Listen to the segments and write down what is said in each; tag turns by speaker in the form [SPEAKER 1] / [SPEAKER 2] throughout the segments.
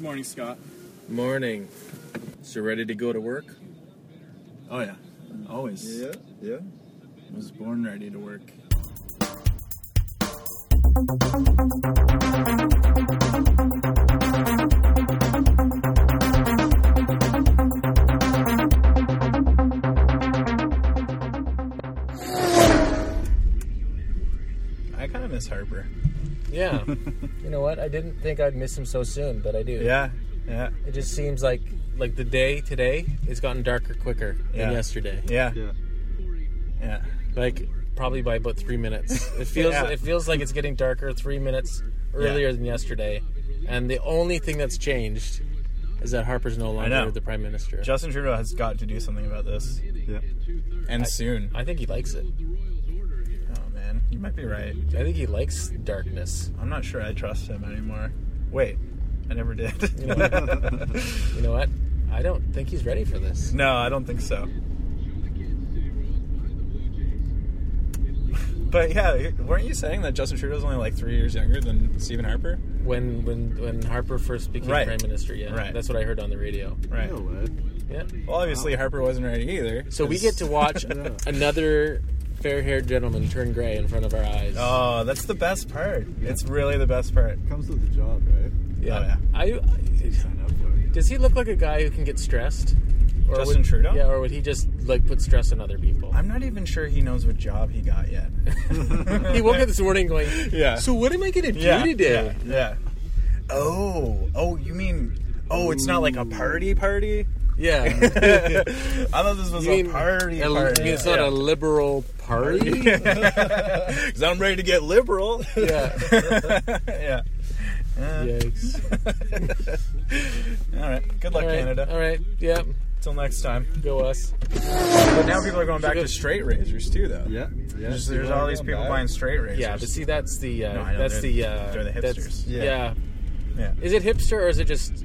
[SPEAKER 1] Morning, Scott.
[SPEAKER 2] Morning. So ready to go to work?
[SPEAKER 1] Oh yeah, always.
[SPEAKER 3] Yeah, yeah.
[SPEAKER 1] I was born ready to work. I kind of miss Harper.
[SPEAKER 2] Yeah. you know what? I didn't think I'd miss him so soon, but I do.
[SPEAKER 1] Yeah, yeah,
[SPEAKER 2] It just seems like like the day today it's gotten darker quicker
[SPEAKER 1] Yeah.
[SPEAKER 2] than yesterday.
[SPEAKER 1] yeah,
[SPEAKER 3] Yeah.
[SPEAKER 1] yeah.
[SPEAKER 2] Like probably by about three minutes. It feels
[SPEAKER 1] Yeah.
[SPEAKER 2] it feels like it's getting darker three minutes earlier than yesterday. And the only thing that's changed is that Harper's no
[SPEAKER 1] know.
[SPEAKER 2] longer the prime minister.
[SPEAKER 1] Justin Trudeau has got to do something about this,
[SPEAKER 3] Yeah.
[SPEAKER 1] and soon.
[SPEAKER 2] I think he likes it.
[SPEAKER 1] oh man, you might be right.
[SPEAKER 2] I think he likes darkness.
[SPEAKER 1] I'm not sure I trust him anymore. Wait, I never did.
[SPEAKER 2] know You know what? I don't think he's ready for this.
[SPEAKER 1] no, I don't think so. But yeah, weren't you saying that Justin Trudeau's only like three years younger than Stephen Harper?
[SPEAKER 2] When when when Harper first became
[SPEAKER 1] Right.
[SPEAKER 2] prime minister, yeah,
[SPEAKER 1] Right.
[SPEAKER 2] that's what I heard on the radio.
[SPEAKER 1] Right.
[SPEAKER 3] No way.
[SPEAKER 2] Yeah.
[SPEAKER 1] Well, obviously Harper wasn't ready either.
[SPEAKER 2] So we
[SPEAKER 1] 'cause-
[SPEAKER 2] get to watch another fair-haired gentleman turn gray in front of our eyes.
[SPEAKER 1] Oh, that's the best part. It's really the best part.
[SPEAKER 3] Comes with the job, right?
[SPEAKER 1] oh, yeah.
[SPEAKER 2] I,
[SPEAKER 3] Sign up for it.
[SPEAKER 2] does he look like a guy who can get stressed? Or
[SPEAKER 1] Justin
[SPEAKER 2] would,
[SPEAKER 1] Trudeau?
[SPEAKER 2] Yeah, or would he just like put stress on other people?
[SPEAKER 1] I'm not even sure he knows what job he got yet.
[SPEAKER 2] he woke up this morning going,
[SPEAKER 1] Yeah.
[SPEAKER 2] So what am I gonna do
[SPEAKER 1] yeah,
[SPEAKER 2] today?"
[SPEAKER 1] yeah. Yeah. Oh. Oh, you mean? Oh, it's not like a party party.
[SPEAKER 2] Yeah.
[SPEAKER 1] I thought this was
[SPEAKER 2] You
[SPEAKER 1] a
[SPEAKER 2] mean
[SPEAKER 1] party
[SPEAKER 2] a-
[SPEAKER 1] party.
[SPEAKER 2] you mean it's not a liberal party.
[SPEAKER 1] Because I'm ready to get liberal.
[SPEAKER 2] yeah.
[SPEAKER 1] yeah.
[SPEAKER 2] Yikes.
[SPEAKER 1] All right. Good luck,
[SPEAKER 2] All right.
[SPEAKER 1] Canada.
[SPEAKER 2] All right. Yeah.
[SPEAKER 1] Till next time.
[SPEAKER 2] Go us.
[SPEAKER 1] But now people are going back
[SPEAKER 2] Good.
[SPEAKER 1] to straight razors too, though.
[SPEAKER 3] Yeah. yeah.
[SPEAKER 1] There's, there's all these people buying straight razors.
[SPEAKER 2] Yeah, but see, that's the uh,
[SPEAKER 1] No, I know,
[SPEAKER 2] that's
[SPEAKER 1] they're-
[SPEAKER 2] the uh,
[SPEAKER 1] they're the
[SPEAKER 2] that's-
[SPEAKER 1] hipsters.
[SPEAKER 2] yeah.
[SPEAKER 3] Yeah.
[SPEAKER 1] Yeah.
[SPEAKER 2] is it hipster or is it just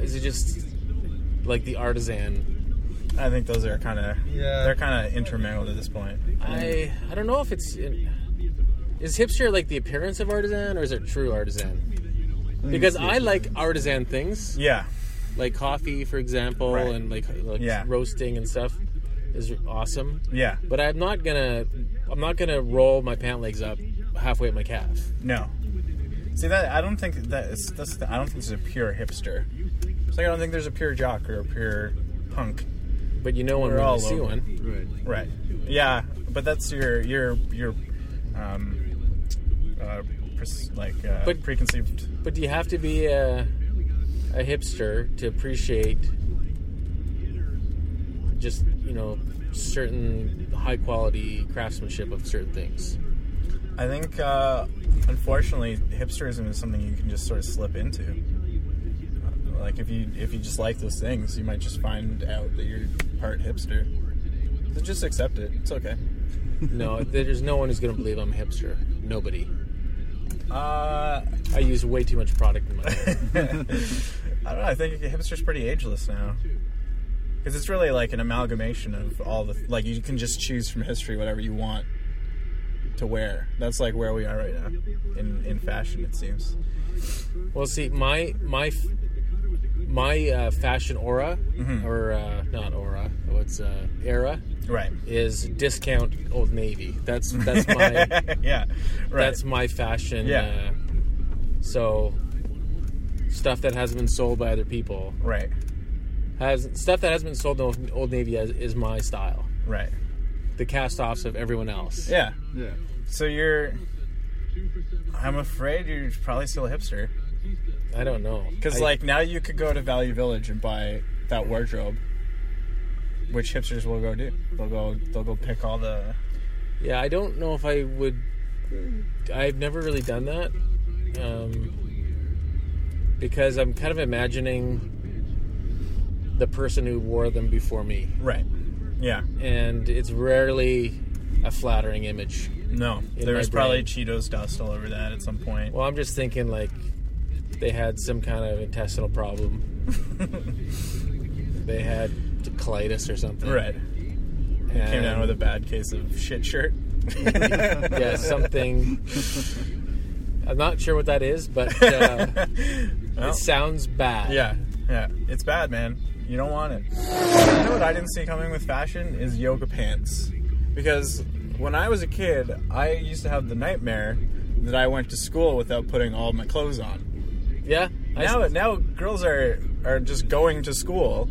[SPEAKER 2] is it just like the artisan?
[SPEAKER 1] I think those are kind of
[SPEAKER 3] Yeah.
[SPEAKER 1] they're kind of intermingled at this point.
[SPEAKER 2] I I don't know if it's is hipster like the appearance of artisan or is it true artisan? Because I like artisan things
[SPEAKER 1] Yeah.
[SPEAKER 2] like coffee, for example,
[SPEAKER 1] Right.
[SPEAKER 2] and like like
[SPEAKER 1] Yeah.
[SPEAKER 2] roasting and stuff is awesome.
[SPEAKER 1] Yeah.
[SPEAKER 2] But I'm not gonna I'm not gonna roll my pant legs up halfway at my calf.
[SPEAKER 1] No. See that I don't think that is that's the, I don't think there's a pure hipster. It's like I don't think there's a pure jock or a pure punk.
[SPEAKER 2] But you know one
[SPEAKER 1] We're
[SPEAKER 2] when
[SPEAKER 1] all
[SPEAKER 2] you see
[SPEAKER 1] over.
[SPEAKER 2] one.
[SPEAKER 3] Right.
[SPEAKER 1] Right. Yeah, but that's your your your um uh pres- like uh,
[SPEAKER 2] But-
[SPEAKER 1] preconceived.
[SPEAKER 2] But do you have to be a, a hipster to appreciate just, you know, certain high quality craftsmanship of certain things?
[SPEAKER 1] I think uh unfortunately hipsterism is something you can just sort of slip into. Uh, Like if you if you just like those things, you might just find out that you're part hipster. So just accept it. It's okay.
[SPEAKER 2] No, there's no one who's going to believe I'm a hipster. Nobody.
[SPEAKER 1] Uh
[SPEAKER 2] I use way too much product in my hair.
[SPEAKER 1] I don't know. I think hipster's pretty ageless now. Because it's really like an amalgamation of all the. Like, you can just choose from history whatever you want to wear. That's like where we are right now in, in fashion, it seems.
[SPEAKER 2] Well, see, my my f- my uh, fashion aura
[SPEAKER 1] Mm-hmm.
[SPEAKER 2] or uh, not aura, what's uh, era
[SPEAKER 1] Right.
[SPEAKER 2] is discount Old Navy. That's that's my
[SPEAKER 1] yeah. Right.
[SPEAKER 2] That's my fashion.
[SPEAKER 1] Yeah.
[SPEAKER 2] Uh, so stuff that hasn't been sold by other people
[SPEAKER 1] right.
[SPEAKER 2] has stuff that hasn't been sold in Old- Old Navy is, is my style.
[SPEAKER 1] Right.
[SPEAKER 2] The cast offs of everyone else.
[SPEAKER 1] Yeah.
[SPEAKER 3] Yeah.
[SPEAKER 1] So you're. I'm afraid you're probably still a hipster.
[SPEAKER 2] I don't know
[SPEAKER 1] Because,
[SPEAKER 2] I-
[SPEAKER 1] like, now you could go to Value Village and buy that wardrobe. Which hipsters will go do? They'll go. They'll go pick all the
[SPEAKER 2] yeah, I don't know if I would. I've never really done that um, because I'm kind of imagining the person who wore them before me,
[SPEAKER 1] Right. Yeah.
[SPEAKER 2] and it's rarely a flattering image.
[SPEAKER 1] No.
[SPEAKER 2] In
[SPEAKER 1] there
[SPEAKER 2] my
[SPEAKER 1] was probably
[SPEAKER 2] brain.
[SPEAKER 1] Cheetos dust all over that at some point.
[SPEAKER 2] Well, I'm just thinking like they had some kind of intestinal problem. they had colitis or something.
[SPEAKER 1] right.
[SPEAKER 2] And,
[SPEAKER 1] Came down with a bad case of shit shirt.
[SPEAKER 2] yeah something. I'm not sure what that is, but uh,
[SPEAKER 1] Well,
[SPEAKER 2] it sounds bad.
[SPEAKER 1] yeah, yeah. It's bad, man. You don't want it. You know what I didn't see coming with fashion is yoga pants. Because when I was a kid, I used to have the nightmare that I went to school without putting all my clothes on.
[SPEAKER 2] Yeah. I
[SPEAKER 1] now now girls are are just going to school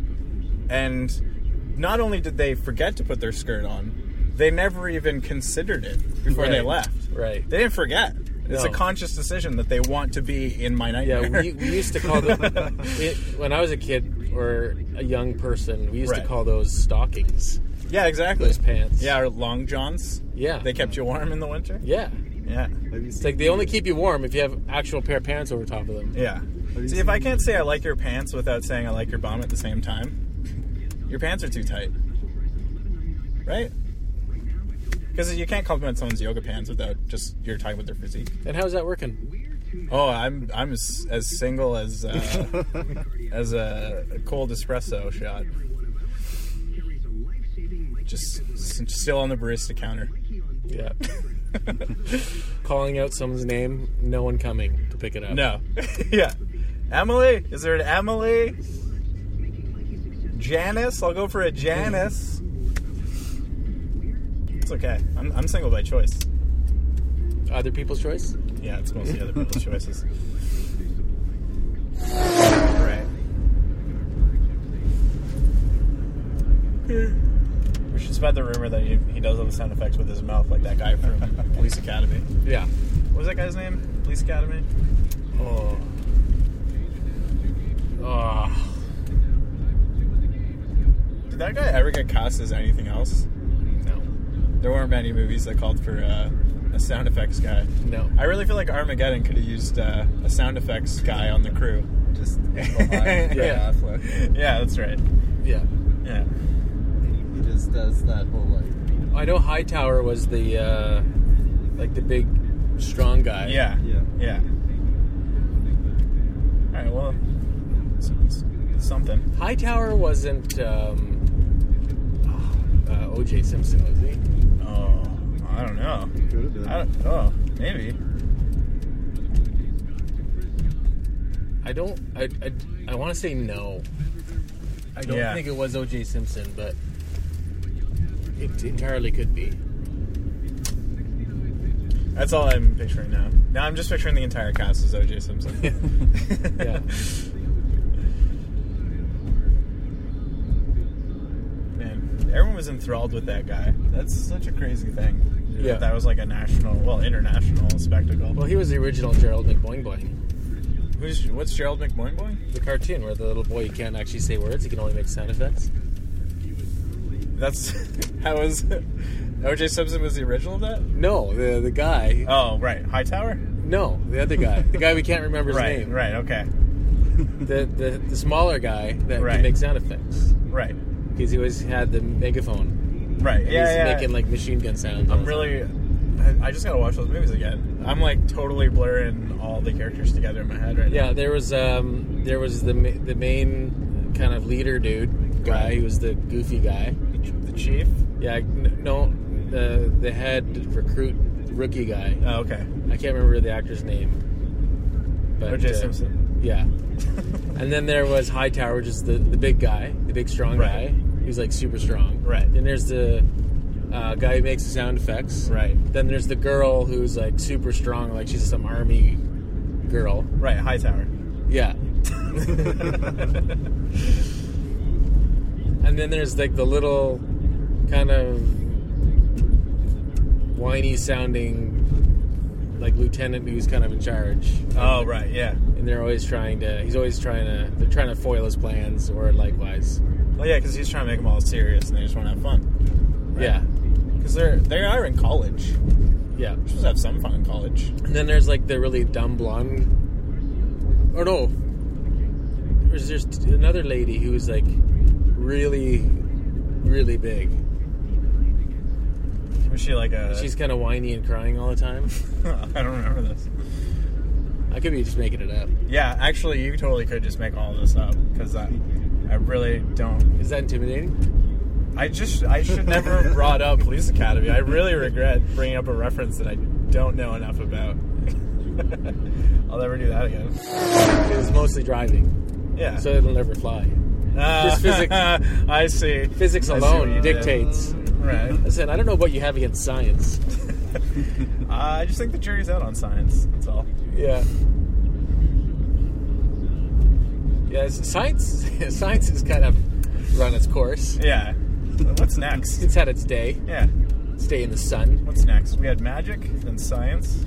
[SPEAKER 1] and not only did they forget to put their skirt on they never even considered it before they
[SPEAKER 2] Right.
[SPEAKER 1] left
[SPEAKER 2] Right.
[SPEAKER 1] they didn't forget it's a
[SPEAKER 2] No.
[SPEAKER 1] conscious decision that they want to be in my
[SPEAKER 2] Yeah,
[SPEAKER 1] nightmare
[SPEAKER 2] we, we used to call them it, when I was a kid or a young person. We used
[SPEAKER 1] Right.
[SPEAKER 2] to call those stockings,
[SPEAKER 1] yeah exactly
[SPEAKER 2] those pants.
[SPEAKER 1] yeah or long johns
[SPEAKER 2] yeah,
[SPEAKER 1] they kept you warm in the winter
[SPEAKER 2] yeah.
[SPEAKER 1] yeah
[SPEAKER 3] Have you
[SPEAKER 2] It's like they only keep you warm if you have actual pair of pants over top of them.
[SPEAKER 1] yeah
[SPEAKER 3] you
[SPEAKER 1] see if i can't say i like your pants without saying i like your bum at the same time your pants are too tight right because you can't compliment someone's yoga pants without just you're talking about their physique
[SPEAKER 2] And how's that working?
[SPEAKER 1] oh i'm i'm as, as single as uh, as a cold espresso shot just s- still on the barista counter
[SPEAKER 2] Yeah, calling out someone's name, no one coming to pick it up.
[SPEAKER 1] No. yeah. Emily? Is there an Emily? Janice? I'll go for a Janice. It's okay. I'm, I'm single by choice.
[SPEAKER 2] other people's choice.
[SPEAKER 1] Yeah, it's mostly other people's choices. Right. We should spread the rumor that he, he does all the sound effects with his mouth, like that guy from Police Academy.
[SPEAKER 2] Yeah,
[SPEAKER 1] What was that guy's name? Police Academy?
[SPEAKER 2] Oh. Oh.
[SPEAKER 1] Did that guy ever get cast as anything else?
[SPEAKER 2] No.
[SPEAKER 1] There weren't many movies that called for uh, a sound effects guy.
[SPEAKER 2] No.
[SPEAKER 1] I really feel like Armageddon could have used uh, a sound effects guy on the crew.
[SPEAKER 3] just behind
[SPEAKER 2] Yeah.
[SPEAKER 3] yeah. Affleck?
[SPEAKER 1] Yeah, that's right.
[SPEAKER 2] Yeah.
[SPEAKER 1] Yeah.
[SPEAKER 3] He just does that whole like.
[SPEAKER 2] I know Hightower was the uh like the big strong guy.
[SPEAKER 1] Yeah.
[SPEAKER 3] Yeah.
[SPEAKER 1] Yeah. All right, well, it's, it's- it's something.
[SPEAKER 2] Hightower wasn't um uh, OJ Simpson, was he?
[SPEAKER 1] Oh, I don't know.
[SPEAKER 3] Could have been.
[SPEAKER 1] I don't, oh, maybe.
[SPEAKER 2] I don't I I, I want to say no. I don't
[SPEAKER 1] Yeah.
[SPEAKER 2] think it was OJ Simpson, but it entirely could be.
[SPEAKER 1] That's all I'm picturing now. Now I'm just picturing the entire cast as OJ Simpson.
[SPEAKER 2] Yeah.
[SPEAKER 1] Man, everyone was enthralled with that guy. That's such a crazy thing.
[SPEAKER 2] Yeah.
[SPEAKER 1] That was like a national, well, international spectacle.
[SPEAKER 2] Well, he was the original Gerald McBoing Boing,
[SPEAKER 1] Who's what's Gerald McBoing boy?
[SPEAKER 2] the cartoon where the little boy can't actually say words; he can only make sound effects.
[SPEAKER 1] That's how was OJ Simpson was the original of that?
[SPEAKER 2] No, the the guy.
[SPEAKER 1] Oh, right. Hightower?
[SPEAKER 2] No, the other guy, the guy we can't remember his
[SPEAKER 1] right,
[SPEAKER 2] name.
[SPEAKER 1] right, okay.
[SPEAKER 2] the, the, the smaller guy that
[SPEAKER 1] Right.
[SPEAKER 2] can make sound effects
[SPEAKER 1] Right.
[SPEAKER 2] because he always had the megaphone.
[SPEAKER 1] Right.
[SPEAKER 2] And
[SPEAKER 1] Yeah,
[SPEAKER 2] he's
[SPEAKER 1] yeah.
[SPEAKER 2] making like machine gun sounds.
[SPEAKER 1] I'm really I, I just gotta watch those movies again. I'm like totally blurring all the characters together in my head right
[SPEAKER 2] yeah.
[SPEAKER 1] now.
[SPEAKER 2] There was um there was the ma- the main kind of leader dude guy.
[SPEAKER 1] Right.
[SPEAKER 2] He was the goofy guy.
[SPEAKER 1] Yeah. The chief.
[SPEAKER 2] Yeah, n- no, the the head recruit rookie guy.
[SPEAKER 1] Oh, okay.
[SPEAKER 2] I can't remember the actor's name. But,
[SPEAKER 1] OJ
[SPEAKER 2] uh,
[SPEAKER 1] Simpson.
[SPEAKER 2] Yeah. and then there was Hightower, which is the, the big guy, the big strong
[SPEAKER 1] Right.
[SPEAKER 2] guy. He was like super strong.
[SPEAKER 1] Right.
[SPEAKER 2] Then there's the uh, guy who makes the sound effects.
[SPEAKER 1] Right.
[SPEAKER 2] Then there's the girl who's like super strong, like she's some army girl.
[SPEAKER 1] Right, Hightower.
[SPEAKER 2] Yeah. And then there's like the little kind of whiny sounding like lieutenant who's kind of in charge.
[SPEAKER 1] oh right, yeah.
[SPEAKER 2] And they're always trying to he's always trying to they're trying to foil his plans or likewise.
[SPEAKER 1] Well, yeah, because he's trying to make them all serious, and they just want to have fun.
[SPEAKER 2] Yeah.
[SPEAKER 1] Because they're they are in college. You're
[SPEAKER 2] Yeah.
[SPEAKER 1] supposed to have some fun in college.
[SPEAKER 2] And then there's like the really dumb blonde or no. There's just another lady who's like really really big.
[SPEAKER 1] Was she like a?
[SPEAKER 2] She's kind of whiny and crying all the time.
[SPEAKER 1] I don't remember this.
[SPEAKER 2] I could be just making it up.
[SPEAKER 1] Yeah, actually, you totally could just make all this up because I, I really don't.
[SPEAKER 2] Is that intimidating?
[SPEAKER 1] I just I should never have brought up Police Academy. I really regret bringing up a reference that I don't know enough about. I'll never do that again.
[SPEAKER 2] It was mostly driving,
[SPEAKER 1] Yeah.
[SPEAKER 2] so it'll never fly.
[SPEAKER 1] Ah,
[SPEAKER 2] just physics-
[SPEAKER 1] I see.
[SPEAKER 2] Physics
[SPEAKER 1] I see what you
[SPEAKER 2] alone
[SPEAKER 1] did.
[SPEAKER 2] dictates.
[SPEAKER 1] Right. Uh,
[SPEAKER 2] Listen, I don't know what you have against science.
[SPEAKER 1] I just think the jury's out on science. That's all.
[SPEAKER 2] Yeah. Yeah, s- science. science has kind of run its course.
[SPEAKER 1] Yeah. What's next?
[SPEAKER 2] It's had its day.
[SPEAKER 1] Yeah.
[SPEAKER 2] Its day in the sun.
[SPEAKER 1] What's next? We had magic, then science.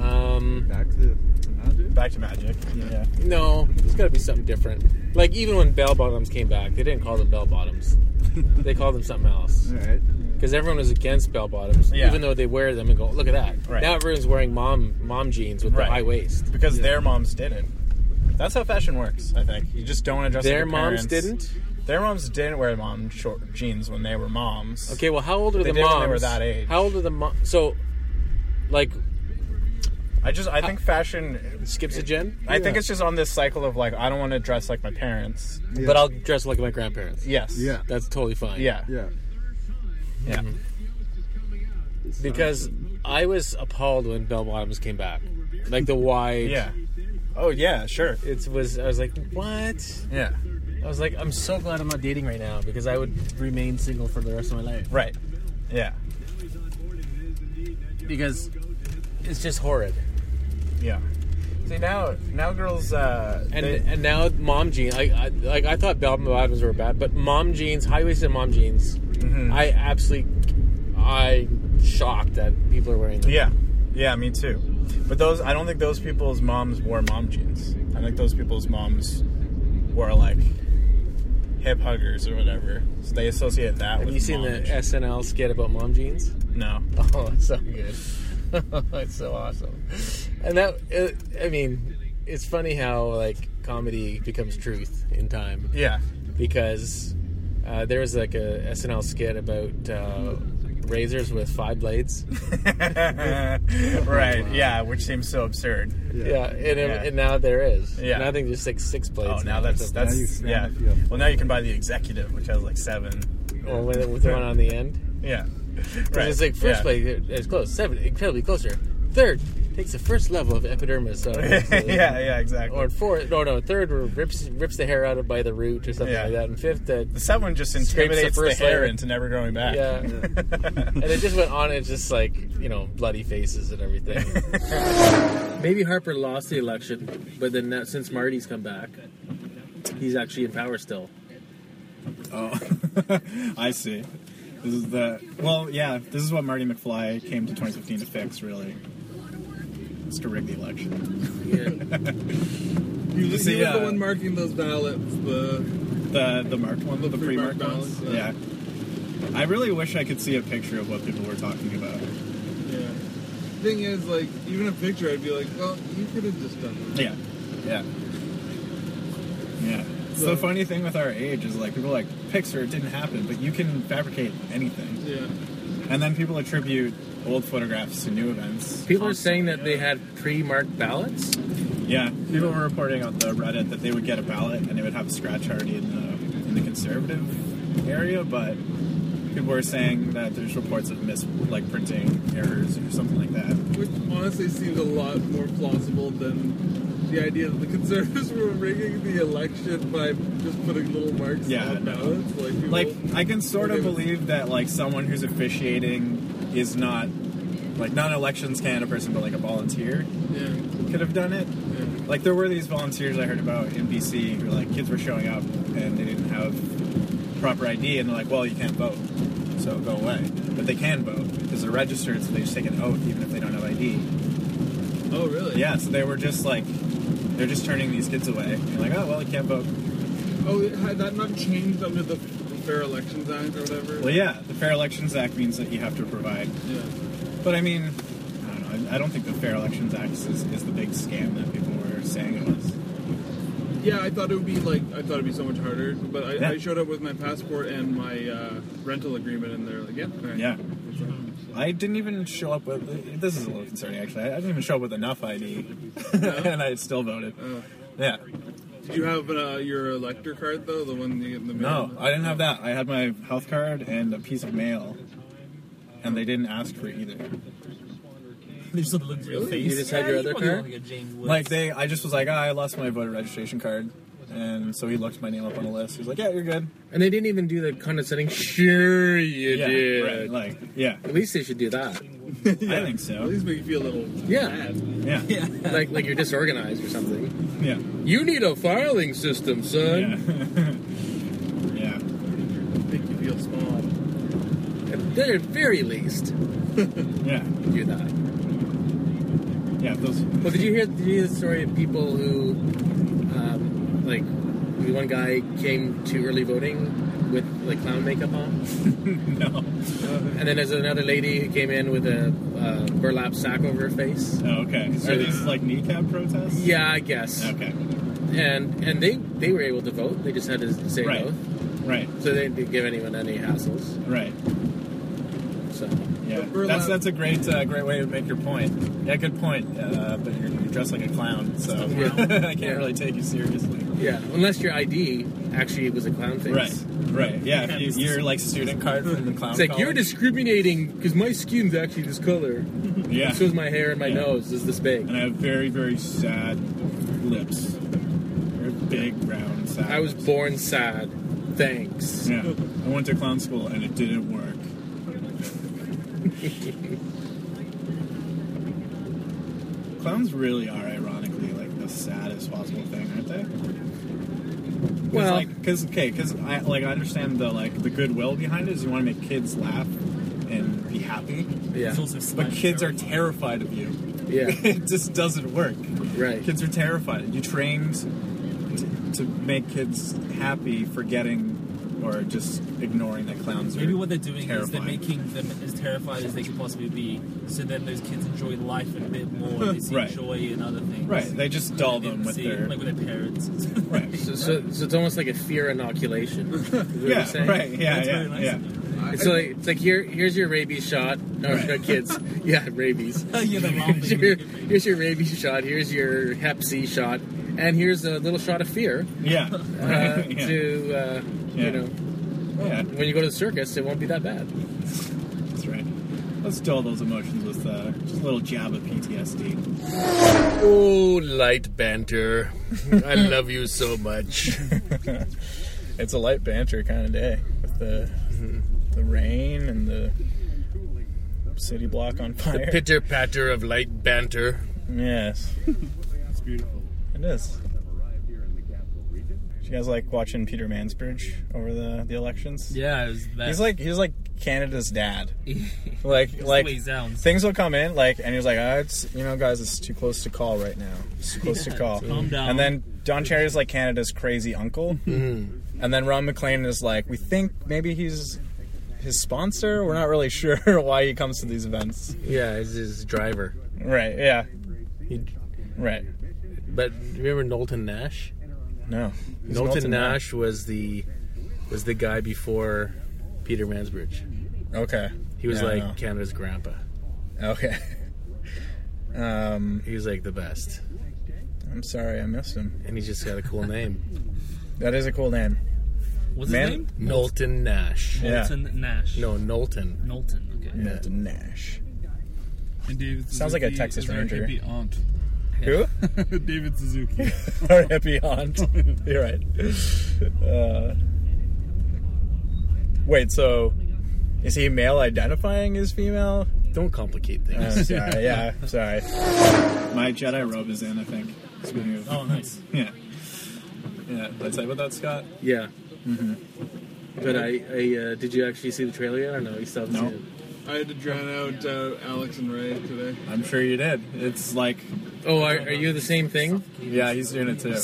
[SPEAKER 2] Um,
[SPEAKER 3] Back to Nadu?
[SPEAKER 1] Back to magic. Yeah.
[SPEAKER 2] no, there's got to be something different. Like even when bell bottoms came back, they didn't call them bell bottoms. they called them something else
[SPEAKER 3] Alright.
[SPEAKER 2] because everyone was against bell bottoms,
[SPEAKER 1] Yeah.
[SPEAKER 2] even though they wear them and go, look at that.
[SPEAKER 1] Right.
[SPEAKER 2] Now everyone's wearing mom mom jeans with
[SPEAKER 1] Right.
[SPEAKER 2] the high waist.
[SPEAKER 1] Because their moms didn't. That's how fashion works. I think you just don't address it to
[SPEAKER 2] Their
[SPEAKER 1] parents.
[SPEAKER 2] moms didn't.
[SPEAKER 1] Their moms didn't wear mom short jeans when they were moms.
[SPEAKER 2] Okay, well, how old are
[SPEAKER 1] They
[SPEAKER 2] the
[SPEAKER 1] did when
[SPEAKER 2] moms?
[SPEAKER 1] they were that age.
[SPEAKER 2] How old are the mom? So, like,
[SPEAKER 1] I just I
[SPEAKER 2] Uh,
[SPEAKER 1] think fashion.
[SPEAKER 2] skips a gen.
[SPEAKER 1] I think it's just on this cycle of like I don't want to dress like my parents.
[SPEAKER 3] Yeah.
[SPEAKER 2] But I'll dress like my grandparents.
[SPEAKER 1] Yes.
[SPEAKER 3] Yeah.
[SPEAKER 2] That's totally fine.
[SPEAKER 1] Yeah.
[SPEAKER 3] Yeah.
[SPEAKER 1] Yeah.
[SPEAKER 2] Because I was appalled when bell bottoms came back, like the wide.
[SPEAKER 1] Yeah. Oh yeah. Sure.
[SPEAKER 2] It was. I was like, what?
[SPEAKER 1] Yeah.
[SPEAKER 2] I was like, I'm so glad I'm not dating right now because I would remain single for the rest of my life.
[SPEAKER 1] Right. Yeah.
[SPEAKER 2] Because it's just horrid.
[SPEAKER 1] Yeah. See now, now girls. Uh,
[SPEAKER 2] And
[SPEAKER 1] they-
[SPEAKER 2] and now mom jeans. I, I like I thought bell bottoms were bad, but mom jeans, high waisted mom jeans. I absolutely, I shocked that people are wearing them.
[SPEAKER 1] yeah, yeah, me too. But those, I don't think those people's moms wore mom jeans. I think those people's moms wore like hip huggers or whatever. So they associate that.
[SPEAKER 2] Have
[SPEAKER 1] with
[SPEAKER 2] you seen
[SPEAKER 1] mom
[SPEAKER 2] the
[SPEAKER 1] jeans.
[SPEAKER 2] SNL skit about mom jeans?
[SPEAKER 1] No.
[SPEAKER 2] Oh, it's so good. it's so awesome. And that, it, I mean, it's funny how, like, comedy becomes truth in time
[SPEAKER 1] Yeah.
[SPEAKER 2] because uh, there was, like, a SNL skit about uh, razors with five blades.
[SPEAKER 1] right. Yeah, which seems so absurd.
[SPEAKER 2] Yeah.
[SPEAKER 3] Yeah.
[SPEAKER 2] and, it-
[SPEAKER 1] Yeah.
[SPEAKER 2] and now there is.
[SPEAKER 1] Yeah.
[SPEAKER 2] Now I think there's, like, six blades.
[SPEAKER 1] Oh, now that's
[SPEAKER 2] So-
[SPEAKER 3] you
[SPEAKER 1] that's
[SPEAKER 3] can-
[SPEAKER 1] yeah.
[SPEAKER 3] yeah.
[SPEAKER 1] Well, now you can buy the executive, which has like seven.
[SPEAKER 2] Well, with, with the one on the end.
[SPEAKER 1] Yeah.
[SPEAKER 2] 'Cause It's like first blade it- it's close. Seven, incredibly closer. Third, takes the first level of epidermis. out of
[SPEAKER 1] yeah,
[SPEAKER 2] it. So- uh,
[SPEAKER 1] yeah, exactly.
[SPEAKER 2] or fourth, no, no, third rips rips the hair out of by the root or something
[SPEAKER 1] Yeah.
[SPEAKER 2] like that, and fifth, uh,
[SPEAKER 1] The seven just
[SPEAKER 2] Scrapes the
[SPEAKER 1] intimidates the,
[SPEAKER 2] first
[SPEAKER 1] hair
[SPEAKER 2] layer.
[SPEAKER 1] into never growing back.
[SPEAKER 2] Yeah. and it just went on. It's just like you know, bloody faces and everything. Maybe Harper lost the election, but then now, since Marty's come back, he's actually in power still.
[SPEAKER 1] oh, I see. This is the well, yeah. This is what Marty McFly came to 2015 to fix, really. It's to rig the election.
[SPEAKER 2] Yeah.
[SPEAKER 4] He was,
[SPEAKER 1] See,
[SPEAKER 4] he was
[SPEAKER 1] uh,
[SPEAKER 4] the one marking those ballots. The
[SPEAKER 1] The the marked one, the, pre-marked
[SPEAKER 4] pre-marked
[SPEAKER 1] ones.
[SPEAKER 4] ones,
[SPEAKER 1] Yeah.
[SPEAKER 4] yeah.
[SPEAKER 1] I really wish I could see a picture of what people were talking about.
[SPEAKER 4] yeah. Thing is, like, even a picture, I'd be like, well, you could have just done that.
[SPEAKER 1] Yeah. Yeah. Yeah. It's the
[SPEAKER 4] So-
[SPEAKER 1] funny thing with our age is like people are like Pixar, it didn't happen, but you can fabricate anything.
[SPEAKER 4] Yeah.
[SPEAKER 1] And then people attribute old photographs to new events.
[SPEAKER 2] People are saying that they had pre-marked ballots.
[SPEAKER 1] Yeah, people were reporting on the Reddit that they would get a ballot and they would have a scratch already in the in the conservative area, but people were saying that there's reports of mis like printing errors or something like that.
[SPEAKER 4] Which honestly seemed a lot more plausible than the idea that the conservatives were rigging the election by just putting little marks
[SPEAKER 1] Yeah,
[SPEAKER 4] on
[SPEAKER 1] no.
[SPEAKER 4] ballots. Like, people,
[SPEAKER 1] Like I can sort of
[SPEAKER 4] Okay, but-
[SPEAKER 1] believe that like someone who's officiating is not like not an elections candidate person, but like a volunteer
[SPEAKER 4] yeah,
[SPEAKER 1] could have done it.
[SPEAKER 4] yeah.
[SPEAKER 1] Like there were these volunteers I heard about in BC who like kids were showing up and they didn't have proper ID and they're like, well, you can't vote, so go away. But they can vote because they're registered, so they just take an oath even if they don't have ID.
[SPEAKER 4] Oh, really?
[SPEAKER 1] Yeah, so they were just like, they're just turning these kids away. You're like, oh well, you can't vote.
[SPEAKER 4] Oh, it- had that not changed under the Fair Elections Act or whatever?
[SPEAKER 1] Well, yeah, the Fair Elections Act means that you have to provide.
[SPEAKER 4] Yeah.
[SPEAKER 1] But I mean, I don't know. I- I don't think the Fair Elections Act is, is the big scam that people were saying it was.
[SPEAKER 4] Yeah, I thought it would be like I thought it'd be so much harder, but I,
[SPEAKER 1] Yeah.
[SPEAKER 4] I showed up with my passport and my uh, rental agreement, and they're like, "Yeah, all right."
[SPEAKER 1] Yeah. I didn't even show up with. This is a little concerning, actually. I didn't even show up with enough ID, and I still voted.
[SPEAKER 4] Uh,
[SPEAKER 1] Yeah.
[SPEAKER 4] did you have uh, your elector card though, the one you get in the mail?
[SPEAKER 1] No, I didn't have that. I had my health card and a piece of mail, and they didn't ask for either.
[SPEAKER 5] They just looked at your
[SPEAKER 4] Really?
[SPEAKER 5] face.
[SPEAKER 2] You just had
[SPEAKER 5] Yeah,
[SPEAKER 2] your
[SPEAKER 5] you
[SPEAKER 2] other
[SPEAKER 5] probably look
[SPEAKER 2] card?
[SPEAKER 5] Like a James Woods.
[SPEAKER 1] Like they, I just was like, ah, I lost my voter registration card, and so he looked my name up on the list. He was like, Yeah, you're good.
[SPEAKER 2] And they didn't even do the condescending. Sure, you
[SPEAKER 1] yeah,
[SPEAKER 2] did.
[SPEAKER 1] right, like, yeah,
[SPEAKER 2] At least they should do that.
[SPEAKER 1] I think
[SPEAKER 4] At
[SPEAKER 1] so.
[SPEAKER 4] least make you feel a little
[SPEAKER 2] Yeah.
[SPEAKER 4] bad.
[SPEAKER 1] Yeah,
[SPEAKER 5] yeah.
[SPEAKER 2] like like you're disorganized or something.
[SPEAKER 1] yeah,
[SPEAKER 2] You need a filing system,
[SPEAKER 1] yeah,
[SPEAKER 2] son.
[SPEAKER 1] yeah.
[SPEAKER 4] Make you feel small.
[SPEAKER 2] At the very least,
[SPEAKER 1] yeah.
[SPEAKER 2] do that.
[SPEAKER 1] Yeah, those.
[SPEAKER 2] Well, did you hear, did you hear the story of people who, um, like, the one guy came to early voting with like clown makeup on,
[SPEAKER 1] No.
[SPEAKER 2] and then there's another lady who came in with a uh, burlap sack over her face.
[SPEAKER 1] Oh, okay. Are these like kneecap protests?
[SPEAKER 2] Yeah, I guess.
[SPEAKER 1] Okay.
[SPEAKER 2] And and they they were able to vote. They just had to say
[SPEAKER 1] Right.
[SPEAKER 2] no,
[SPEAKER 1] Right.
[SPEAKER 2] so they didn't give anyone any hassles.
[SPEAKER 1] Right.
[SPEAKER 2] So
[SPEAKER 1] Yeah.
[SPEAKER 4] But we're
[SPEAKER 1] That's
[SPEAKER 4] allowed-
[SPEAKER 1] that's a great uh, great way to make your point. Yeah, good point. Uh, but you're, you're dressed like a clown, so
[SPEAKER 2] Yeah.
[SPEAKER 1] I
[SPEAKER 2] Yeah.
[SPEAKER 1] can't really take you seriously.
[SPEAKER 2] yeah, unless your ID actually was a clown face.
[SPEAKER 1] Right. Right. Yeah.
[SPEAKER 5] Yeah,
[SPEAKER 1] If
[SPEAKER 5] it's
[SPEAKER 1] you, you're like student card from the clown.
[SPEAKER 2] It's like you're
[SPEAKER 1] college.
[SPEAKER 2] discriminating because my skin's actually this color.
[SPEAKER 1] Yeah.
[SPEAKER 2] So is my hair and my
[SPEAKER 1] Yeah.
[SPEAKER 2] nose is this big.
[SPEAKER 1] and I have very very sad lips. They're big round sad.
[SPEAKER 2] I was
[SPEAKER 1] lips.
[SPEAKER 2] born sad. Thanks.
[SPEAKER 1] Yeah. I went to clown school and it didn't work. Clowns really are, ironically, like the saddest possible thing, aren't they? Cause,
[SPEAKER 2] Well-
[SPEAKER 1] like, cause okay, cause I like I understand the like the goodwill behind it is you want to make kids laugh and be happy,
[SPEAKER 2] Yeah.
[SPEAKER 5] It's also
[SPEAKER 1] but
[SPEAKER 5] slimy.
[SPEAKER 1] kids are terrified of you.
[SPEAKER 2] Yeah.
[SPEAKER 1] it just doesn't work.
[SPEAKER 2] Right.
[SPEAKER 1] Kids are terrified. You trained to, to make kids happy, forgetting or just ignoring that clowns are.
[SPEAKER 5] Maybe what they're doing is they're
[SPEAKER 1] terrifying.
[SPEAKER 5] making them as terrified as they could possibly be, so then those kids enjoy life a bit more. They see
[SPEAKER 1] Right.
[SPEAKER 5] joy in other things.
[SPEAKER 1] right. They just dull them with
[SPEAKER 5] see,
[SPEAKER 1] their
[SPEAKER 5] like with their parents.
[SPEAKER 1] right.
[SPEAKER 2] So, so, so it's almost like a fear inoculation. is what you're
[SPEAKER 1] Yeah,
[SPEAKER 2] saying?
[SPEAKER 1] right. Yeah,
[SPEAKER 5] That's
[SPEAKER 1] yeah,
[SPEAKER 5] very nice
[SPEAKER 1] yeah.
[SPEAKER 5] of them.
[SPEAKER 2] It's like it's like here here's your rabies shot. No,
[SPEAKER 1] Right.
[SPEAKER 2] no kids. Yeah, rabies.
[SPEAKER 5] yeah, they're
[SPEAKER 2] Here's your,
[SPEAKER 5] laughing.
[SPEAKER 2] here's your rabies shot. Here's your Hep C shot, and here's a little shot of fear
[SPEAKER 1] Yeah.
[SPEAKER 2] uh,
[SPEAKER 1] Right. yeah.
[SPEAKER 2] to uh,
[SPEAKER 1] Yeah.
[SPEAKER 2] you know
[SPEAKER 1] yeah.
[SPEAKER 2] when you go to the circus, it won't be that bad.
[SPEAKER 1] That's right. Let's dull those emotions with uh, just a little jab of PTSD.
[SPEAKER 2] Oh, light banter. I love you so much.
[SPEAKER 1] It's a light banter kind of day with the the rain and the city block on fire.
[SPEAKER 2] Pitter patter of light banter.
[SPEAKER 1] Yes.
[SPEAKER 4] It's beautiful.
[SPEAKER 1] It is. Do you guys like watching Peter Mansbridge over the, the elections?
[SPEAKER 5] yeah, it was that.
[SPEAKER 1] He's like he's like Canada's dad. Like like
[SPEAKER 5] the way he sounds.
[SPEAKER 1] things will come in like and he's like, oh, it's you know guys, it's too close to call right now. It's too close to
[SPEAKER 5] Yeah,
[SPEAKER 1] call.
[SPEAKER 5] calm down.
[SPEAKER 1] And then Don Cherry's like Canada's crazy uncle.
[SPEAKER 5] Mm-hmm.
[SPEAKER 1] And then Ron McLean is like, we think maybe he's his sponsor. We're not really sure why he comes to these events.
[SPEAKER 2] Yeah, he's his driver.
[SPEAKER 1] Right? Yeah.
[SPEAKER 2] He,
[SPEAKER 1] Right.
[SPEAKER 2] but remember Knowlton Nash?
[SPEAKER 1] No. He's Knowlton
[SPEAKER 2] Knowlton, Nash was the was the guy before Peter Mansbridge.
[SPEAKER 1] Okay.
[SPEAKER 2] He was
[SPEAKER 1] Yeah, I
[SPEAKER 2] like
[SPEAKER 1] know.
[SPEAKER 2] Canada's grandpa.
[SPEAKER 1] Okay. Um,
[SPEAKER 2] He was like the best,
[SPEAKER 1] I'm sorry, I missed him.
[SPEAKER 2] and he just got a cool name,
[SPEAKER 1] That is a cool name.
[SPEAKER 5] What's
[SPEAKER 1] Man-
[SPEAKER 5] his name?
[SPEAKER 2] Knowlton Nash.
[SPEAKER 1] Yeah.
[SPEAKER 5] Knowlton Nash.
[SPEAKER 2] No, Knowlton.
[SPEAKER 5] Knowlton. Okay.
[SPEAKER 1] Yeah. Nash.
[SPEAKER 4] And David
[SPEAKER 1] Sounds like a
[SPEAKER 4] Suzuki
[SPEAKER 1] Texas
[SPEAKER 4] is our
[SPEAKER 1] Ranger.
[SPEAKER 4] hippie aunt.
[SPEAKER 1] Who?
[SPEAKER 4] David Suzuki.
[SPEAKER 1] Our hippie aunt. You're right. Uh, wait, so is he male identifying as female?
[SPEAKER 2] Don't complicate
[SPEAKER 1] Oh,
[SPEAKER 2] things.
[SPEAKER 1] sorry. Yeah, sorry. My Jedi robe is in, I think. Speaking of.
[SPEAKER 5] Oh, nice.
[SPEAKER 1] Yeah. Yeah. Did I tell you about that, Scott?
[SPEAKER 2] yeah. Mm-hmm. But I, I uh, did you actually see the trailer yet? Or no, you still haven't
[SPEAKER 1] No.
[SPEAKER 2] seen
[SPEAKER 4] I had to drown out uh, Alex and Ray today.
[SPEAKER 1] I'm sure you did. It's like,
[SPEAKER 2] it. Oh, are, are you the same thing?
[SPEAKER 1] yeah, he's doing it too.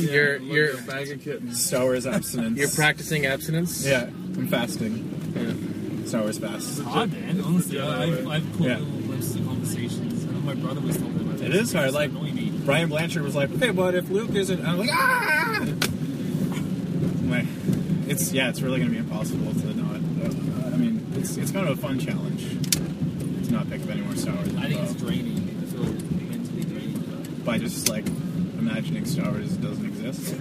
[SPEAKER 2] You're
[SPEAKER 4] Look,
[SPEAKER 2] you're
[SPEAKER 4] a bag of kittens.
[SPEAKER 1] Star Wars abstinence.
[SPEAKER 2] you're practicing abstinence.
[SPEAKER 1] Yeah, I'm fasting.
[SPEAKER 2] Yeah.
[SPEAKER 1] Star Wars fast.
[SPEAKER 5] Hard man, honestly. I, I've, I've caught
[SPEAKER 1] Yeah.
[SPEAKER 5] little glimpses of conversations. I know my brother was talking about
[SPEAKER 1] It
[SPEAKER 5] this.
[SPEAKER 1] is hard,
[SPEAKER 5] It's
[SPEAKER 1] like-
[SPEAKER 5] annoying me.
[SPEAKER 1] Brian Blanchard was like, "Okay, what if Luke isn't?" I'm like, "Ah!" I'm like, it's yeah, it's really gonna be impossible to not. Uh, I mean, it's it's kind of a fun challenge to not pick up any more Star Wars.
[SPEAKER 5] I think it's
[SPEAKER 1] info
[SPEAKER 5] draining. I feel mentally draining.
[SPEAKER 1] by just like imagining Star Wars doesn't exist.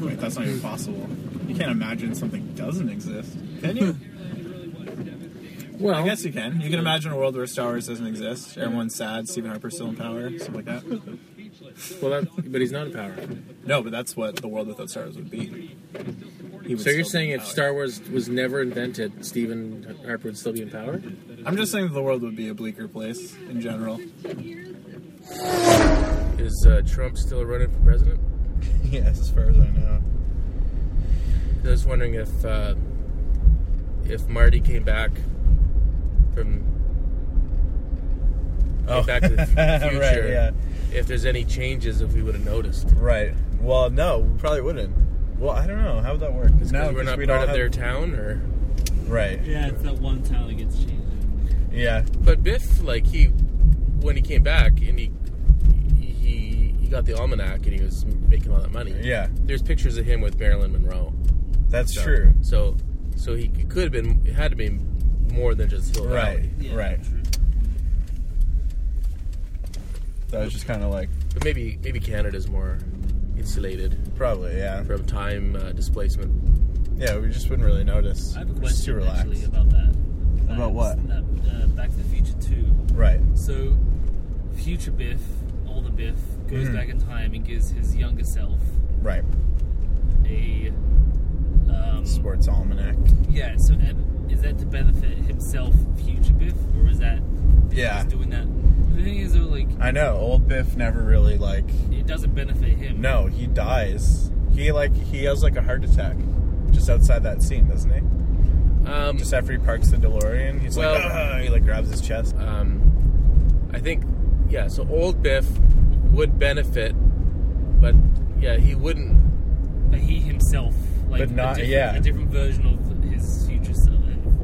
[SPEAKER 1] Wait, that's not even possible. You can't imagine something doesn't exist, can you?
[SPEAKER 2] Well,
[SPEAKER 1] I guess you can. You can imagine a world where Star Wars doesn't exist. Everyone's sad. Stephen Harper's still in power, something like that.
[SPEAKER 2] well, that, but he's not in power.
[SPEAKER 1] No, but that's what the world without Star Wars would be. He would
[SPEAKER 2] So
[SPEAKER 1] still be
[SPEAKER 2] you're saying
[SPEAKER 1] in
[SPEAKER 2] if
[SPEAKER 1] power.
[SPEAKER 2] Star Wars was never invented, Stephen Harper would still be in power?
[SPEAKER 1] I'm just saying that the world would be a bleaker place in general.
[SPEAKER 2] Is uh, Trump still running for president?
[SPEAKER 1] Yes, as far as I know.
[SPEAKER 2] 'Cause I was wondering if uh, if Marty came back from
[SPEAKER 1] Oh.
[SPEAKER 2] Back to the Future.
[SPEAKER 1] Right, yeah.
[SPEAKER 2] If there's any changes, if we would have noticed.
[SPEAKER 1] Right. Well, no, we probably wouldn't. Well, I don't know. How would that work?
[SPEAKER 2] No, we're not
[SPEAKER 1] we
[SPEAKER 2] part
[SPEAKER 1] don't
[SPEAKER 2] of
[SPEAKER 1] have-
[SPEAKER 2] their town, or
[SPEAKER 1] Right.
[SPEAKER 5] Yeah, it's that one town that gets changed.
[SPEAKER 1] Yeah.
[SPEAKER 2] but Biff, like he, when he came back and he he he got the almanac and he was making all that money.
[SPEAKER 1] Yeah.
[SPEAKER 2] there's pictures of him with Marilyn Monroe.
[SPEAKER 1] That's
[SPEAKER 2] So-
[SPEAKER 1] true.
[SPEAKER 2] So so he could have been it had to be more than just Hill
[SPEAKER 1] Right.
[SPEAKER 2] Valley.
[SPEAKER 5] Yeah,
[SPEAKER 1] Right.
[SPEAKER 5] true.
[SPEAKER 1] That was just kind of like
[SPEAKER 2] But maybe maybe Canada's more insulated
[SPEAKER 1] probably yeah.
[SPEAKER 2] from time uh, displacement.
[SPEAKER 1] Yeah, we just wouldn't really notice.
[SPEAKER 5] I have a
[SPEAKER 1] We're just
[SPEAKER 5] question
[SPEAKER 1] too relaxed.
[SPEAKER 5] actually about that.
[SPEAKER 1] About what?
[SPEAKER 5] That, uh, Back to the Future Two.
[SPEAKER 1] Right.
[SPEAKER 5] So, future Biff, older Biff, goes
[SPEAKER 1] Mhm.
[SPEAKER 5] back in time and gives his younger self
[SPEAKER 1] Right.
[SPEAKER 5] a um,
[SPEAKER 1] Sports almanac.
[SPEAKER 5] Yeah. So, Eb- is that to benefit himself, future Biff, or is that Biff
[SPEAKER 1] Yeah.
[SPEAKER 5] just doing that? The thing is, though, like
[SPEAKER 1] I know. Old Biff never really like.
[SPEAKER 5] it doesn't benefit him.
[SPEAKER 1] No, he dies. He like he has like a heart attack just outside that scene, doesn't he?
[SPEAKER 2] Um,
[SPEAKER 1] Just after he parks the DeLorean, he's like,
[SPEAKER 2] Well-
[SPEAKER 1] "Ugh," he like grabs his chest.
[SPEAKER 2] um, I think yeah. So old Biff would benefit, but yeah, he wouldn't
[SPEAKER 5] But he himself, like
[SPEAKER 1] But not-
[SPEAKER 5] a different,
[SPEAKER 1] yeah.
[SPEAKER 5] a different version of his future self.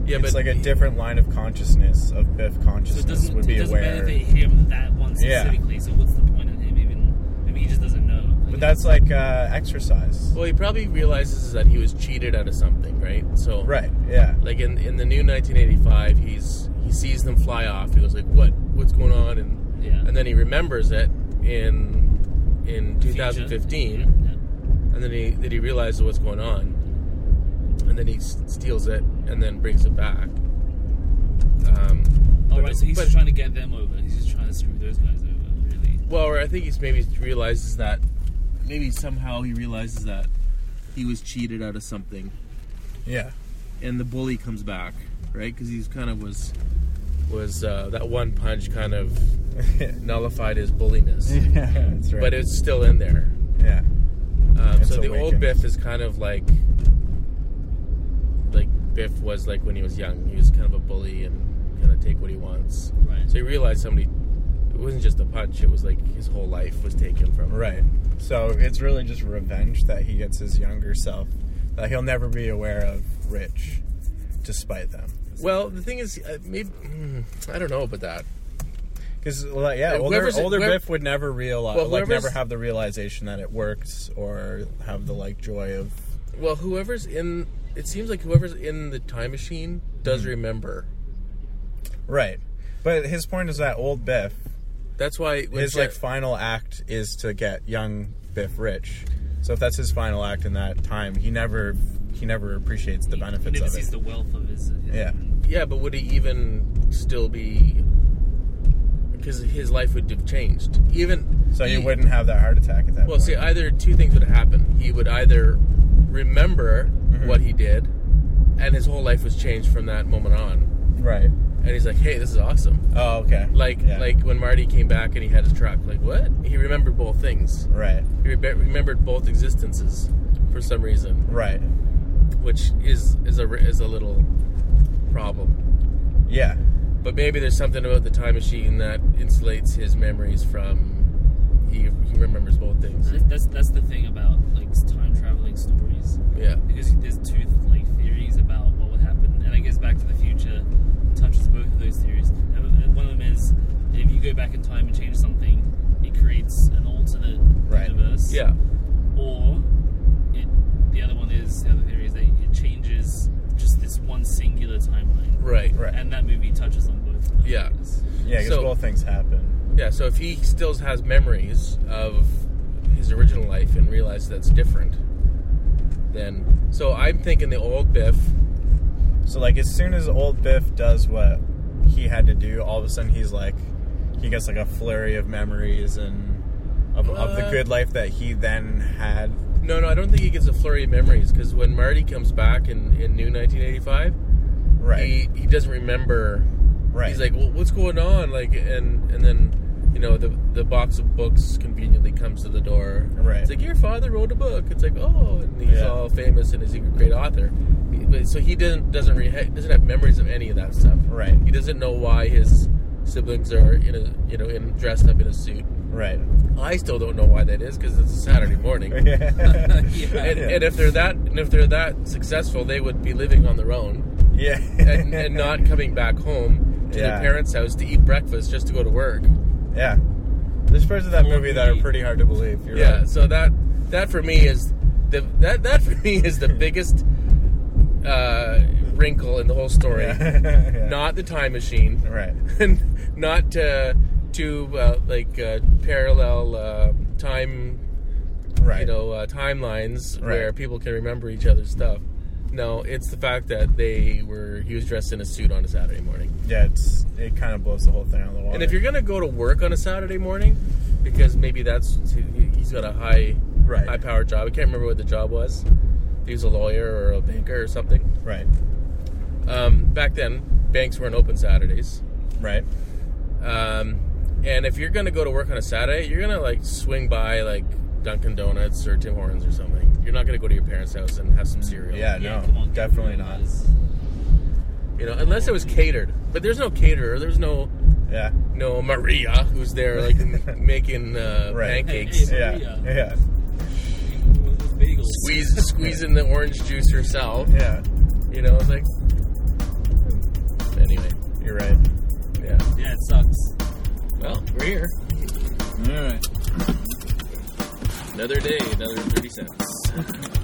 [SPEAKER 2] Yeah,
[SPEAKER 1] it's
[SPEAKER 2] but
[SPEAKER 1] like a different line of consciousness of Biff
[SPEAKER 5] So it
[SPEAKER 1] consciousness
[SPEAKER 5] doesn't,
[SPEAKER 1] would
[SPEAKER 5] it
[SPEAKER 1] be
[SPEAKER 5] doesn't
[SPEAKER 1] aware.
[SPEAKER 5] benefit him that one
[SPEAKER 1] Yeah.
[SPEAKER 5] specifically. So what's the point of him even? Maybe he just doesn't know. Like,
[SPEAKER 1] But that's like uh, exercise,
[SPEAKER 2] Well, he probably realizes that he was cheated out of something, right? So
[SPEAKER 1] right? Yeah,
[SPEAKER 2] like in in the new 1985, he's he sees them fly off. He was like, "What? What's going on?" And
[SPEAKER 5] Yeah.
[SPEAKER 2] and then he remembers it in in
[SPEAKER 5] future.
[SPEAKER 2] 2015,
[SPEAKER 5] Yeah, yeah.
[SPEAKER 2] and then he that he realizes what's going on, and then he s- steals it and then brings it back. Um,
[SPEAKER 5] All
[SPEAKER 2] but-
[SPEAKER 5] right, so he's
[SPEAKER 2] but-
[SPEAKER 5] just trying to get them over. He's just trying to screw those guys over, really.
[SPEAKER 2] Well, or I think he's maybe realizes that maybe somehow he realizes that he was cheated out of something,
[SPEAKER 1] yeah,
[SPEAKER 2] and the bully comes back, right? Because he's kind of was was uh, that one punch kind of nullified his bulliness,
[SPEAKER 1] yeah. That's right.
[SPEAKER 2] but it's still in there.
[SPEAKER 1] yeah,
[SPEAKER 2] Um,
[SPEAKER 1] It's
[SPEAKER 2] so the old
[SPEAKER 1] awakened.
[SPEAKER 2] Biff is kind of like like Biff was like when he was young. He was kind of a bully and kind of take what he wants.
[SPEAKER 5] Right.
[SPEAKER 2] So he realized somebody. It wasn't just a punch. It was like his whole life was taken from him.
[SPEAKER 1] right. So it's really just revenge that he gets his younger self that he'll never be aware of, rich, despite them.
[SPEAKER 2] Well, the thing is, uh, maybe mm, I don't know about that.
[SPEAKER 1] Because like, yeah,
[SPEAKER 2] Uh,
[SPEAKER 1] older,
[SPEAKER 2] whoever's-
[SPEAKER 1] older
[SPEAKER 2] whoever-
[SPEAKER 1] Biff would never realize,
[SPEAKER 2] Well,
[SPEAKER 1] like, never
[SPEAKER 2] whoever's-
[SPEAKER 1] have the realization that it works or have the like joy of.
[SPEAKER 2] Well, whoever's in, it seems like whoever's in the time machine does
[SPEAKER 1] Hmm.
[SPEAKER 2] remember.
[SPEAKER 1] Right, but his point is that old Biff,
[SPEAKER 2] That's why when
[SPEAKER 1] his
[SPEAKER 2] Ja-
[SPEAKER 1] like final act is to get young Biff rich. So if that's his final act in that time, he never he never appreciates the
[SPEAKER 5] he
[SPEAKER 1] benefits
[SPEAKER 5] never
[SPEAKER 1] of
[SPEAKER 5] sees
[SPEAKER 1] it.
[SPEAKER 5] the wealth of his. his
[SPEAKER 1] Yeah.
[SPEAKER 2] yeah, but would he even still be? Because his life would have changed. Even
[SPEAKER 1] So he
[SPEAKER 2] he-
[SPEAKER 1] wouldn't have that heart attack at that.
[SPEAKER 2] Well,
[SPEAKER 1] point.
[SPEAKER 2] see, either two things would happen. He would either remember
[SPEAKER 1] Mm-hmm.
[SPEAKER 2] what he did, and his whole life was changed from that moment on.
[SPEAKER 1] right.
[SPEAKER 2] And he's like, "Hey, this is awesome."
[SPEAKER 1] Oh, okay.
[SPEAKER 2] Like
[SPEAKER 1] Yeah.
[SPEAKER 2] like when Marty came back and he had his truck. Like what? He remembered both things.
[SPEAKER 1] right,
[SPEAKER 2] He rebe- remembered both existences for some reason,
[SPEAKER 1] right.
[SPEAKER 2] which is is a is a little problem.
[SPEAKER 1] Yeah,
[SPEAKER 2] But maybe there's something about the time machine that insulates his memories from he he remembers both things.
[SPEAKER 5] That's, that's that's the thing about like time traveling stories
[SPEAKER 2] Yeah.
[SPEAKER 5] because there's two like theories about what would happen, and I guess Back to the Future touches both of those theories. And One of them is if you go back in time and change something, it creates an alternate
[SPEAKER 1] Right.
[SPEAKER 5] universe.
[SPEAKER 2] Yeah.
[SPEAKER 5] or it, the other one is the other theory is that it changes just this one singular timeline,
[SPEAKER 2] Right.
[SPEAKER 1] Right.
[SPEAKER 5] and that movie touches on both. of those
[SPEAKER 2] Yeah.
[SPEAKER 5] things.
[SPEAKER 1] yeah. Because
[SPEAKER 2] So-
[SPEAKER 1] both things happen.
[SPEAKER 2] Yeah, so if he still has memories of his original life and realizes that's different, then so I'm thinking the old Biff
[SPEAKER 1] So like as soon as old Biff does what he had to do, all of a sudden he's like he gets like a flurry of memories and of, of the
[SPEAKER 2] Uh,
[SPEAKER 1] good life that he then had.
[SPEAKER 2] No, no, I don't think he gets a flurry of memories because when Marty comes back in, in New 1985,
[SPEAKER 1] Right.
[SPEAKER 2] he, he doesn't remember.
[SPEAKER 1] right.
[SPEAKER 2] He's like, well, what's going on? Like, and and then you know the the box of books conveniently comes to the door.
[SPEAKER 1] Right.
[SPEAKER 2] It's like your father wrote a book. It's like oh, and he's
[SPEAKER 1] Yeah.
[SPEAKER 2] all famous and is a great author. He- but- So he doesn't doesn't re- ha- doesn't have memories of any of that stuff.
[SPEAKER 1] Right.
[SPEAKER 2] He doesn't know why his siblings are in a you know in dressed up in a suit.
[SPEAKER 1] Right.
[SPEAKER 2] I still don't know why that is because it's a Saturday morning.
[SPEAKER 1] yeah.
[SPEAKER 2] And,
[SPEAKER 1] Yeah.
[SPEAKER 2] and if they're that and if they're that successful, they would be living on their own
[SPEAKER 1] yeah.
[SPEAKER 2] and, and not coming back home to
[SPEAKER 1] Yeah.
[SPEAKER 2] their parents' house to eat breakfast just to go to work.
[SPEAKER 1] Yeah. There's parts of that movie that are pretty hard to believe. You're
[SPEAKER 2] Yeah.
[SPEAKER 1] right.
[SPEAKER 2] So that that for me is the that that for me is the biggest uh, wrinkle in the whole story.
[SPEAKER 1] Yeah.
[SPEAKER 2] Not the time machine,
[SPEAKER 1] right.
[SPEAKER 2] and not to to uh, like uh, parallel uh, time
[SPEAKER 1] Right.
[SPEAKER 2] you know uh, timelines
[SPEAKER 1] Right.
[SPEAKER 2] where people can remember each other's stuff. No, it's the fact that they were he was dressed in a suit on a Saturday morning.
[SPEAKER 1] yeah, it's it kind of blows the whole thing out of the water.
[SPEAKER 2] And if you're gonna go to work on a Saturday morning, because maybe that's he's got a high
[SPEAKER 1] Right.
[SPEAKER 2] high power job. I can't remember what the job was. He was a lawyer or a banker or something.
[SPEAKER 1] right,
[SPEAKER 2] Um, back then, banks weren't open Saturdays.
[SPEAKER 1] right,
[SPEAKER 2] Um, and if you're gonna go to work on a Saturday, you're gonna like swing by like Dunkin' Donuts or Tim Hortons or something. You're not gonna go to your parents' house and have some cereal.
[SPEAKER 1] Mm, yeah,
[SPEAKER 5] Yeah,
[SPEAKER 1] no,
[SPEAKER 5] come on,
[SPEAKER 1] definitely
[SPEAKER 5] come on,
[SPEAKER 1] not.
[SPEAKER 5] guys.
[SPEAKER 2] You know, unless it was catered. But there's no caterer. There's no
[SPEAKER 1] Yeah,
[SPEAKER 2] no Maria who's there like m- making uh,
[SPEAKER 1] Right.
[SPEAKER 2] pancakes,
[SPEAKER 5] Hey,
[SPEAKER 1] yeah,
[SPEAKER 5] Maria.
[SPEAKER 1] yeah,
[SPEAKER 5] With those bagels.
[SPEAKER 2] squeeze, squeezing the orange juice herself.
[SPEAKER 1] yeah.
[SPEAKER 2] You know, it's like anyway.
[SPEAKER 1] You're right.
[SPEAKER 2] Yeah.
[SPEAKER 5] Yeah, it sucks.
[SPEAKER 2] Well, we're here.
[SPEAKER 1] All right.
[SPEAKER 2] Another day, another thirty cents.